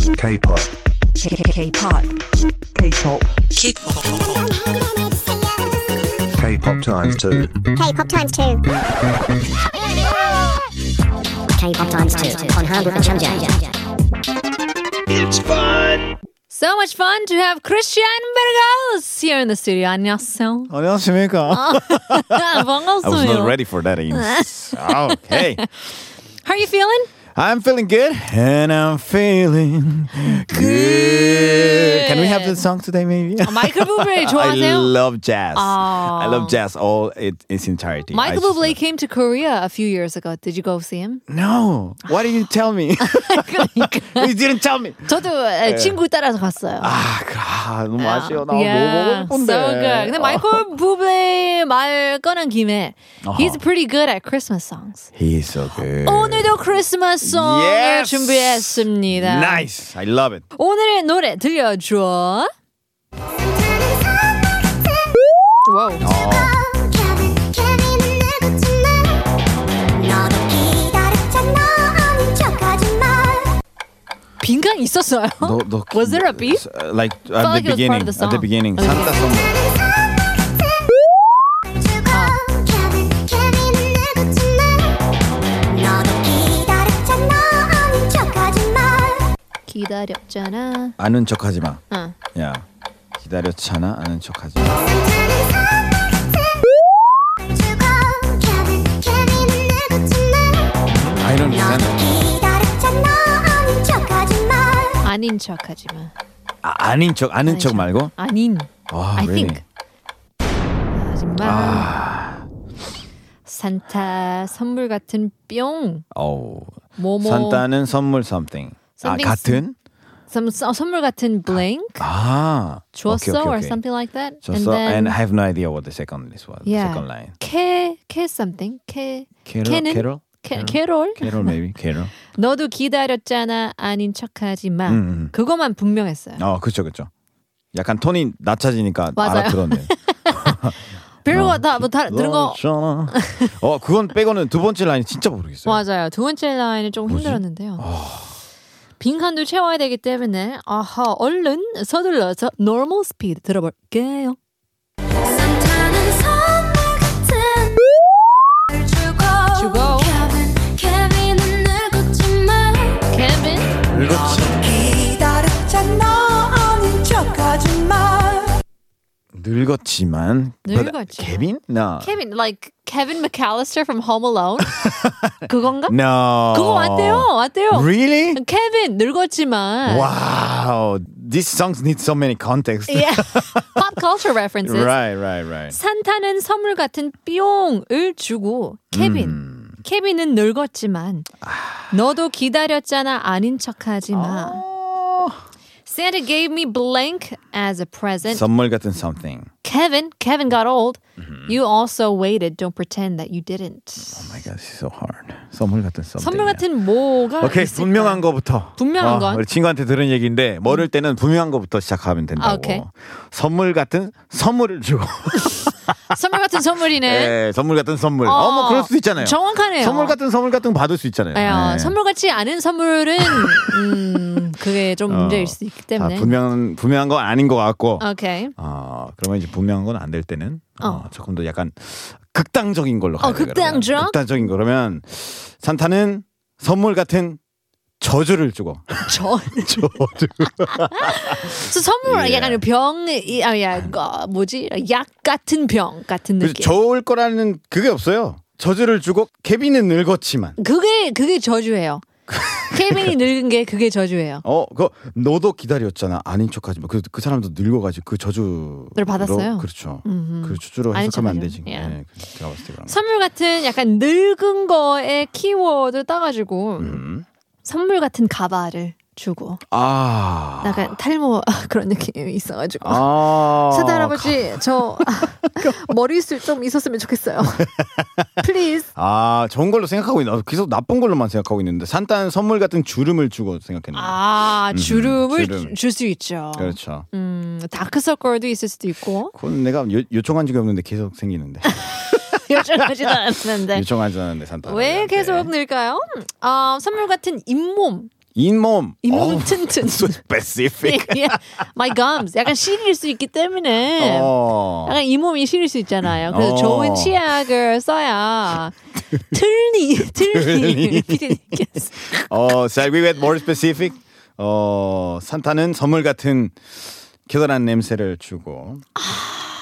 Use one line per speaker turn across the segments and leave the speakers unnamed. K-pop,
K-pop, K-pop,
K-pop times two.
K-pop times two. K-pop times two on hand with the Chanja.
So much fun to have Christian Burgos here in the studio. 안녕하세요.
안녕하십니까. I was not
반갑습니다.
ready for that. Ines. okay.
How are you feeling?
I'm feeling good. And I'm feeling good. Can we have the song today, maybe?
마이클 부블레
I
좋아하세요?
love jazz. I
아.
love jazz all it, its entirety. I
Michael
just
Bublé
love-
came to Korea a few years ago. Did you go see him?
No. Why didn't you tell me? you didn't tell me.
저도 에, 친구 따라서 갔어요.
아, 그- 아 Ah, 너무 아쉬워. 나뭐
yeah,
먹을 건데. Oh,
so good. 근데
어.
마이클 부블레 말 꺼낸 김에 he's pretty good at Christmas songs.
He's so good.
오늘도 크리스마스 송을
Yes.
준비했습니다.
Nice. I love it.
오늘의 노래 들려줘. 와우. 빈칸 있었어요.
너, 너,
Was there a beat?
s- uh, Like at
like it was
the beginning.
part of the
At the
song.
beginning.
Okay.
Santa Sombrero.
기다렸잖아. 어,
아는 척하지 마.
응.
야 기다렸잖아. 아는 척하지 마. I don't understand.
아닌 척하지만.
아, 아닌 척 아는 척 말고.
아닌.
아,
I
really?
think. 하지만
아.
산타 선물 같은 뿅.
어우.
뭐뭐
산타는 선물 something.
Something
아 같은?
선- 어, 선- 선물 같은 blank
아.
줬어
오케이, 오케이,
or
오케이.
something like that.
줬어. And, I have no idea what the second is was.
yeah.
Second line.
캐, 캐 something. 캐,
캐롤,
캐는?
캐롤?
캐, 캐롤.
캐롤 maybe. 캐롤.
너도 기다렸잖아. 아닌 척하지 마.
음, 음.
그거만 분명했어요.
어 그쵸 그쵸. 약간 톤이 낮아지니까
맞아요.
알아들었네.
별거
아,
다뭐 다 들은 거
그렇잖아. 어 그건 빼고는 두 번째 라인 진짜 모르겠어요.
맞아요. 두 번째 라인은 조금 힘들었는데요. 빈칸도 채워야 되기 때문에 아하 얼른 서둘러서 normal speed 들어볼게요. 주고 케빈
그렇지. 늙었지만 but
늙었지만.
케빈? 나
케빈 like Kevin McAllister from Home Alone 그건가?
네. no
그거 맞대요. 네. 맞대요.
really
케빈 늙었지만
wow these songs need so many contexts
yeah. pop culture references.
right right right
산타는 선물 같은 뿅을 주고 케빈
음.
케빈은 늙었지만
아.
너도 기다렸잖아 아닌 척하지 마.
아.
Santa gave me blank as a present.
선물 같은 something
Kevin, Kevin got old.
음.
You also waited. Don't pretend that you didn't.
oh my god it's so hard 선물 같은 something
선물 같은 뭐가
어, 오케이
있을까?
분명한 거부터 아,
분명한 건? 음.
우리 친구한테 들은 얘기인데 모를 때는 분명한 거부터 시작하면 된다고
아, 오케이.
선물 같은 선물을 주고
선물 같은 선물이네.
예, 선물 같은 선물
어,
어, 뭐 그럴 수도 있잖아요
정확하네요.
선물 같은 선물 같은 거 받을 수 있잖아요
아야,
네.
선물 같지 않은 선물은 음, 그게 좀 문제일 수 있기 때문에. 어.
아, 어, 분명 분명한 건 아닌 것 같고. 아
오케이.
그러면 이제 분명한 건 안 될 때는 어, 조금 더 약간 극단적인 걸로 가야 돼요, 그러면.
어, 극단적?
극단적인 거 그러면 산타는 선물 같은 저주를 주고
저
저주
저 선물
예.
약간 병, 이- 아, 야, 거, 뭐지? 약 같은 병 같은
그래서
느낌.
좋을 거라는 그게 없어요. 저주를 주고 케빈은 늙었지만
그게 그게 저주예요. 케빈이 늙은 게 그게 저주예요.
어 그거 너도 기다렸잖아 아닌 척하지 마그 그 사람도 늙어가지고 그 저주를
받았어요?
그렇죠
음흠.
그 저주로
아닌
해석하면 안
척하죠.
되지
예.
예, 제가 봤을 때 그런 거
선물 같은 약간 늙은 거에 키워드 따가지고
음.
선물 같은 가발을 주고
아
약간 탈모 그런 느낌이 있어가지고
아. 그
사다 할아버지 저
뭐-
머리숱 좀 있었으면 좋겠어요. Please.
아, 좋은 걸로 생각하고 있나? 계속 나쁜 걸로만 생각하고 있는데 산타는 선물 같은 주름을 주고 생각했는데.
아 주름을
음, 주름.
줄 수 있죠.
그렇죠.
음 다크서클도 있을 수도 있고
그건 내가 요, 요청한 적이 없는데 계속 생기는데.
요청하지도 않았는데
네. 요청하지 않았는데 산타.
음, 왜 계속 늘까요? 아 선물 같은 잇몸
잇몸.
잇몸은
어우,
튼튼.
so specific.
예. My gums. 약간 시릴 수 있기 때문에.
어.
약간 이 몸이 시릴 수 있잖아요. 그래서
어.
좋은 치약을 써야 틀니 틀니
틀니.
피디님께서
어, shall we get more specific? 어, 산타는 선물 같은 겨드란 냄새를 주고.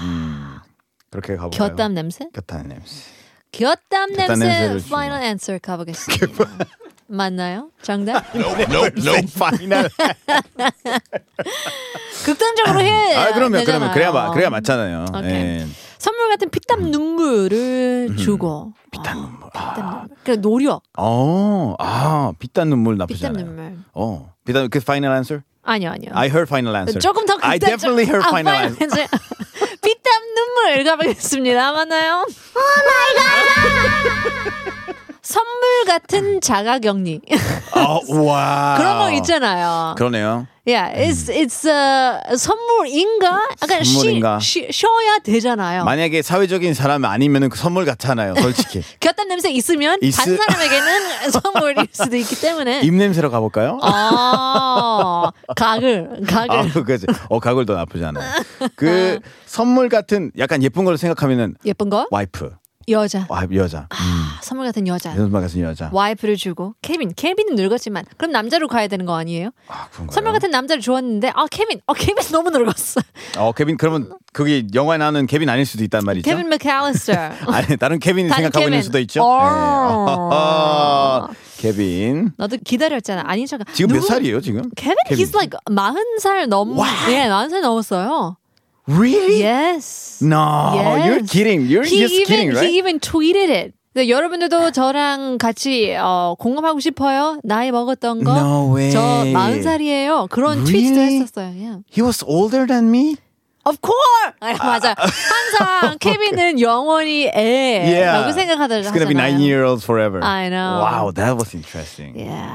음.
아.
그렇게 가볼까요?
곁담 냄새?
곁담 냄새.
곁담
곁담
냄새
냄새를 주고.
final answer 가보겠습니다. 맞나요? 정답?
No, no, final.
극단적으로 해.
아, 그러면
되잖아요.
그러면 그래야 마, 그래야 맞잖아요.
오케이.
예.
선물 같은
음.
피땀 눈물을 주고. 피땀 눈물.
아.
피땀 눈물. 그 노력.
어, 아, 빛단 눈물 나쁘지
피땀
않아요.
눈물.
어, 빛단 그 final answer.
아니요, 아니요. 네,
I heard final answer.
조금 더 아,
I
극단적.
definitely heard final answer.
피땀 눈물 가보겠습니다. 만나요. 선물 같은 자가격리
어, 와.
그런 거 있잖아요.
그러네요.
Yeah, it's it's uh, 선물인가? 약간 쉬-
음. 선물인가?
쉬, 쉬어야 되잖아요.
만약에 사회적인 사람 아니면 그 선물 같잖아요. 솔직히
곁담 냄새 있으면
있으-
다른 사람에게는 선물일 수도 있기 때문에.
입 냄새로 가볼까요?
아, 가글, 가글.
아, 그지. 어, 가글도 나쁘지 않아요. 그 선물 같은 약간 예쁜 걸로 생각하면은
예쁜 거?
와이프,
여자.
와 여자,
아, 선물 같은 여자.
연말 같은 여자.
와이프를 주고 케빈 케빈은 늙었지만 그럼 남자로 가야 되는 거 아니에요?
아, 그런가요?
선물 같은 남자를 좋았는데 아 케빈 어 케빈 너무 늙었어
어, 케빈 그러면 그게 영화에 나오는 케빈 아닐 수도 있단 말이죠.
케빈 맥칼리스터
아니 다른 케빈이
다른
생각하고
케빈.
있는 수도 있죠.
어.
아, 케빈.
너도 기다렸잖아 아닌 척
지금
누구-
몇 살이에요 지금?
케빈 he's like 40살 넘 예, 40살 넘었어요.
Really?
Yes.
No,
Yes.
Oh, you're kidding. You're
He
just
even
kidding,
he
right?
even tweeted it. 네, 여러분들도 저랑 같이 어, 공감하고 싶어요. 나이 먹었던 거.
No way.
저 40살이에요. 그런 트윗도
Really?
했었어요. Yeah.
He was older than me.
Of course. 아, 맞아요. 항상 케빈은 영원히
Yeah.
애라고 생각하다
It's gonna be nine
하잖아요.
year old forever.
I know.
Wow, that was interesting.
Yeah.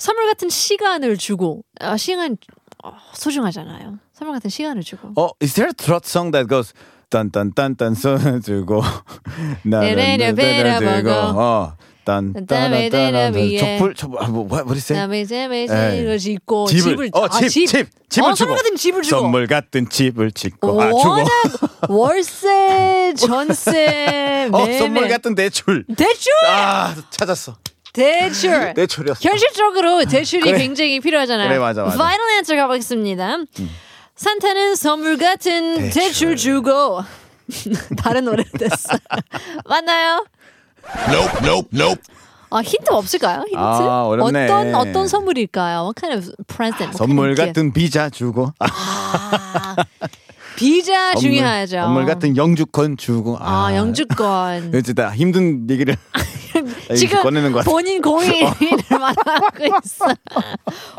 선물 같은 시간을 주고 아, 시간 어, 소중하잖아요. 선물 같은 시간을 주고.
Oh, is there a throat song that goes dun dun dun dun 쏘여주고
내려
나른내려주고
베려보고.
어
네, 땀에 내려
딴딴딴딴
위에.
족불 족불 네. 아, 뭐 what what is it?
그다음에 이제
에이.
매제를 짓고 집을
네. 집을 어,
아,
집, 집, 집을
어,
주고
선물 같은 집을 주고
선물 같은 집을 짓고 아 주고
워낙 월세 전세
어
매매
선물 같은 대출
대출
아 찾았어
대출
대출이었어
현실적으로 대출이
그래.
굉장히 필요하잖아요.
그래, 맞아, 맞아.
파이널 앤서 가보겠습니다. 산타는 선물 같은 대출,
대출.
주고 다른 노래 됐어. 맞나요?
Nope, nope, nope.
아 힌트 없을까요? 힌트?
아, 어렵네.
어떤 어떤 선물일까요? What kind of present? What
선물
kind of gift?
같은 비자 주고 아,
비자
선물,
중요하죠.
선물 같은 영주권 주고
아, 영주권.
이제 다 힘든 얘기를
지금
꺼내는 것 같아. 어.
본인 공인을 말하고 있어.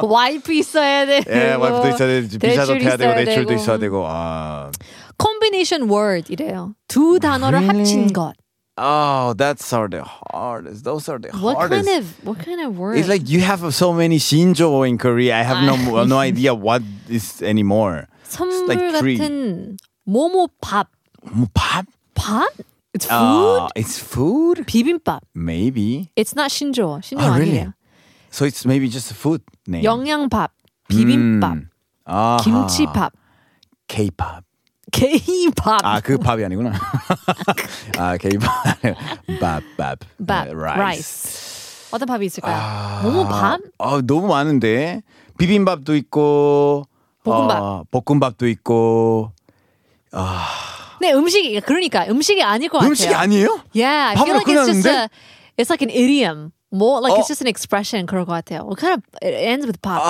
와이프 있어야 되고.
예, 와이프도 있어야 되고 비자도
대출
돼야 되고
있어야
대출도
되고.
있어야 되고 아,
콤비네이션 워드이래요. 두 단어를
Really?
합친 것.
oh, that's are the hardest. Those are the
What
hardest.
kind of what kind of word?
It's like you have so many Shinjo in Korea. I have no no idea what is anymore.
선물
like three.
같은 뭐뭐 밥.
뭐, 밥?
밥? It's food.
Uh, it's food?
비빔밥.
Maybe.
It's not 신조. 신조
Ah, really?
아니에요.
So it's maybe just a food name.
영양밥, 비빔밥,
음. 아하.
김치밥,
K-pop.
게이밥.
아, 그 밥이 아니구나. 아, K-pop. 밥, 밥.
밥,
네,
라이스. 어떤 밥이 있을까요? 뭐뭐 밥?
아, 너무 많은데. 비빔밥도 있고
볶음밥.
어, 볶음밥도 있고
네, 음식이 그러니까 음식이 아닐 것
음식이
같아요.
아니에요?
Yeah, I feel
밥으로
like it's just a,
끝났는데?
it's like an idiom. 뭐 like
어.
it's just an expression 그런 것 같아요. What kind of it ends with 밥?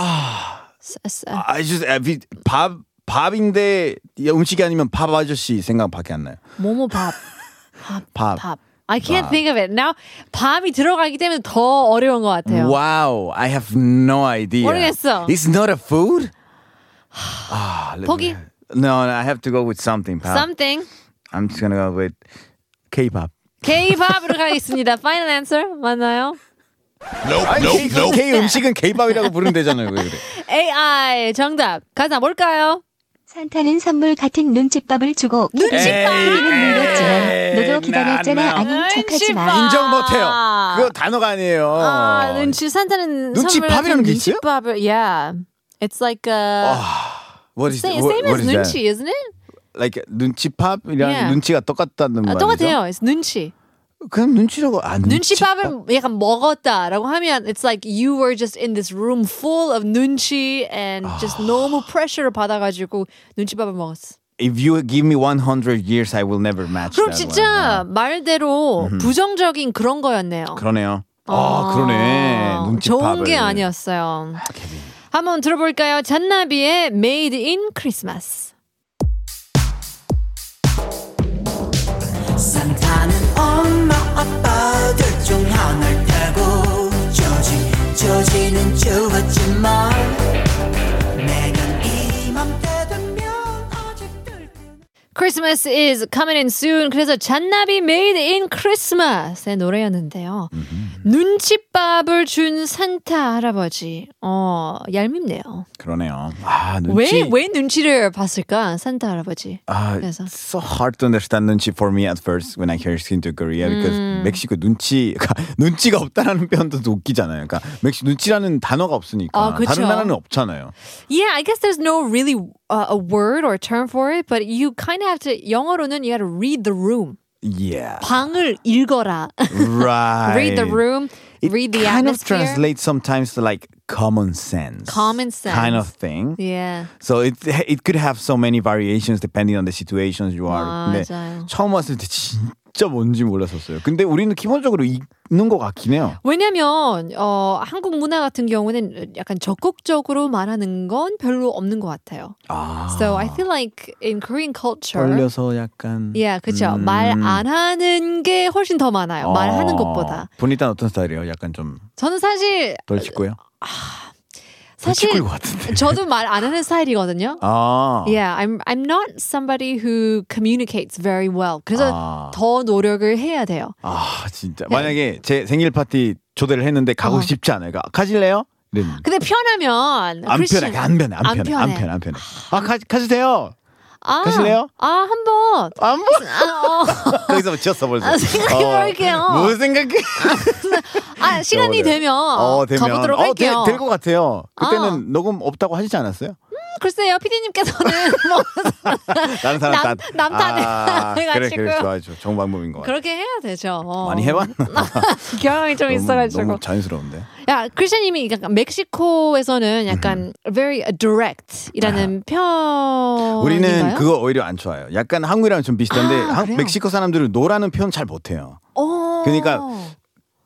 S- s- uh,
아, just 아, 비- 밥 밥인데 이 음식이 아니면 밥 아저씨 생각밖에 안 나요.
뭐뭐 밥.
밥.
밥. I can't
아.
think of it. Now 밤이 들어가기 때문에 더 어려운 것 같아요.
Wow, I have no idea.
모르겠어.
It's not a food? 아, let me-
포기.
No, no, I have to go with something. 밥.
Something.
I'm just gonna go with K-pop.
K-pop으로 가겠습니다. Final answer 맞나요?
아니, K, K 음식은 K-pop이라고 부르면 되잖아요. 왜 그래?
AI 정답 가사 뭘까요?
산타는 선물 같은 눈칫밥을 주고
네.
케이는 물렸지만 너도 기다렸잖아 아닌 척하지 마.
인정 못해요. 그거 단어가 아니에요.
아, 눈치 산타는
눈치밥이라는
선물 같은
게 있어요? 아.
눈치밥을, yeah. It's like a
What is,
same,
what-
same as
what is that?
눈치, isn't it?
Like 눈치팝이랑
Yeah.
눈치가 똑같다는
아,
말이죠.
똑같아요. It's 눈치.
그냥 눈치라고 아 눈치밥.
눈치밥을 약간 먹었다라고 하면 it's like you were just in this room full of 눈치 and
아.
just 너무 pressure를 받아가지고 눈치밥을 먹었어.
If you give me 100 years, I will never match.
그럼
that
진짜
one.
말대로 부정적인 그런 거였네요. 어,
아, 그러네요. 아, 그러네. 눈치밥.
좋은 게 아니었어요. 한번 들어볼까요? 잔나비의 Made in Christmas.
산타는 엄마 아빠 둘 중 하나일 테고 조지 조지는 좋았지만 매년 이맘때 되면 아직들
Christmas is coming in soon. 그래서 잔나비 Made in Christmas의 노래였는데요. 눈칫밥을 준 산타 할아버지. 어, 얄밉네요.
그러네요. 아,
왜
눈치.
왜 눈치를 봤을까? 산타 할아버지.
아,
그래서.
it's so hard to understand 눈치 for me at first when I hear into Korea because
음.
멕시코 눈치 눈치가 없다라는 표현도 또 웃기잖아요. 그러니까 멕시 눈치라는 단어가 없으니까
아, 그쵸.
다른 나라는 없잖아요.
Yeah, I guess there's no really uh, a word or a term for it, but you kind of have to 영어로는 you have to read the room.
Yeah,
방을 읽어라.
right.
read the room,
It
read the
kind of
atmosphere.
translates sometimes to like common sense,
Common sense.
kind of thing.
Yeah.
So it it could have so many variations depending on the situations you are. 근데
맞아요.
처음 왔을 때 진짜 뭔지 몰랐었어요. 근데 우리는 기본적으로 읽는 것 같긴 해요.
왜냐면 어 한국 문화 같은 경우는 약간 적극적으로 말하는 건 별로 없는 것 같아요.
아.
So I feel like in Korean culture
떨려서 약간
Yeah, 그렇죠.
음.
말 안 하는 게 훨씬 더 많아요. 말하는 것보다.
본인단 어떤 스타일이에요? 약간 좀덜
저는 사실
씻고요?
어, 사실
씻고일 것 같은데.
저도 예, 말 안 하는 스타일이거든요.
그 아.
Yeah, I'm I'm not somebody who communicates very well. 그래서
아.
더 노력을 해야 돼요.
아 진짜 만약에 제 생일 파티 초대를 했는데 가고
어.
싶지 않아요. 그러니까 가실래요? 이랬는데
근데 편하면
안
Christian,
편해, 안 편해, 안 편해, 안 편해, 안 편해. 아 가, 가주세요.
아,
가실래요?
아, 한번.
안 보.
아, 어.
거기서 지었어 벌써.
아, 생각해볼게요.
어, 뭐 생각해?
아, 시간이
음, 저거를.
되면,
어 되면
가보도록 할게요.
어, 될것 같아요. 그때는
어.
녹음 없다고 하시지 않았어요?
글쎄요, 피디님께서는 뭐
다른 사람
남-
다
남 탓을
아, 그래
해가지고요.
그래 좋아 좋아 좋은 방법인 것 같아.
그렇게 해야 되죠. 어.
많이 해봤나?
경험이 좀 있어가지고.
너무 자연스러운데.
야, 크리스님이 약간
음.
멕시코에서는 약간 very direct이라는 표현.
아. 우리는 그거 오히려 안 좋아요. 약간 한국이랑 좀 비슷한데
어, 아,
한-
그래요?
멕시코 사람들은 노라는 표현 잘 못해요.
어.
그러니까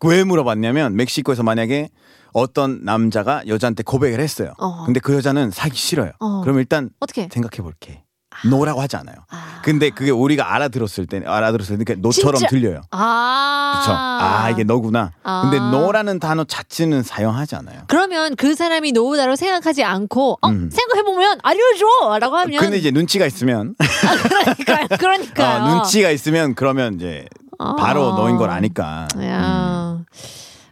왜 물어봤냐면 멕시코에서 만약에 어떤 남자가 여자한테 고백을 했어요.
어허.
근데 그 여자는 사기 싫어요.
어.
그럼 일단
어떻게?
생각해볼게. 노라고 하지 않아요. 근데 그게 우리가 알아들었을 때 알아들었을 때 그러니까 노처럼
진짜-
들려요.
아.
그렇죠. 아 이게 너구나. 근데
아.
노라는 단어 자체는 사용하지 않아요.
그러면 그 사람이 노우다로 생각하지 않고 어,
음.
생각해보면 알려줘라고 하면
근데 이제 눈치가 있으면
그러니까요. 그러니까요.
어, 눈치가 있으면 그러면 이제 바로
아.
너인 걸 아니까.
야.
음.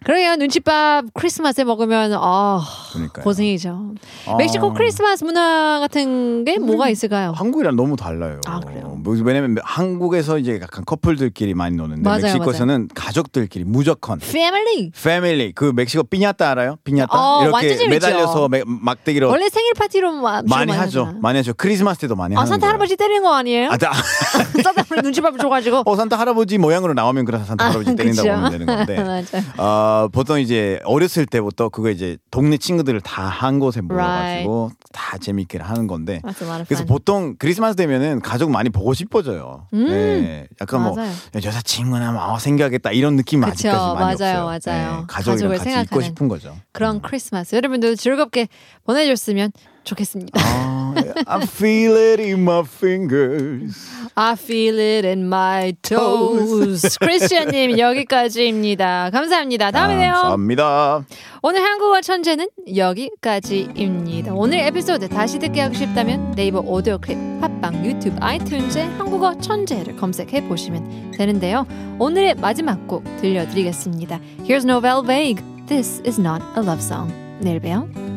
그래요. 눈칫밥 크리스마스에 먹으면 아
그러니까요.
고생이죠.
아. 음.
멕시코 크리스마스 문화 같은 게 뭐가 있을까요?
한국이랑 너무 달라요.
아, 그래요?
뭐, 왜냐면 한국에서 이제 약간 커플들끼리 많이 노는데
맞아요,
멕시코에서는 가족들끼리 무조건
패밀리.
패밀리 그 மெক্সি코 피냐타 알아요? 피냐타
어,
이렇게
완전 재밌죠.
매달려서 매- 막대기로
원래 생일 파티로 마- 주로
많이 하죠.
하잖아요.
많이 하죠. 크리스마스 때도 많이
아
하는
산타
거예요.
할아버지 때리는 거 아니에요?
아, 나-
산타 할아버지 눈칫밥을 줘가지고.
어 산타 할아버지 모양으로 나오면 그래서 산타 할아버지 때린다고
그쵸?
하면 되는 건데.
맞아요.
어, 보통 이제 어렸을 때부터 그거 이제 동네 친구들을 다 한 곳에 모여가지고 다 재밌게 하는 건데
That's a lot of
그래서
fun.
보통 크리스마스 되면은 가족 많이 보고 싶어져요.
음.
예, 약간 뭐
맞아요.
여자친구나 뭐 어, 생각했다 이런 느낌
그쵸,
아직까지 많이
맞아요,
없어요.
맞아요.
예, 가족이랑
가족을
같이 있고
생각하는.
싶은 거죠.
그런 크리스마스 여러분들도 즐겁게 보내줬으면 좋겠습니다.
아, I feel it in my fingers.
I feel it in my toes. 크리스티안님 여기까지입니다. 감사합니다. 다음에 봬요.
감사합니다.
오늘 한국어 천재는 여기까지입니다. 오늘 에피소드 다시 듣기 하고 싶다면 네이버 오디오 클립, 팟빵, 유튜브, 아이튠즈에 한국어 천재를 검색해 보시면 되는데요. 오늘의 마지막 곡 들려드리겠습니다. Here's Novel Vague. This is not a love song. 내일 봬요.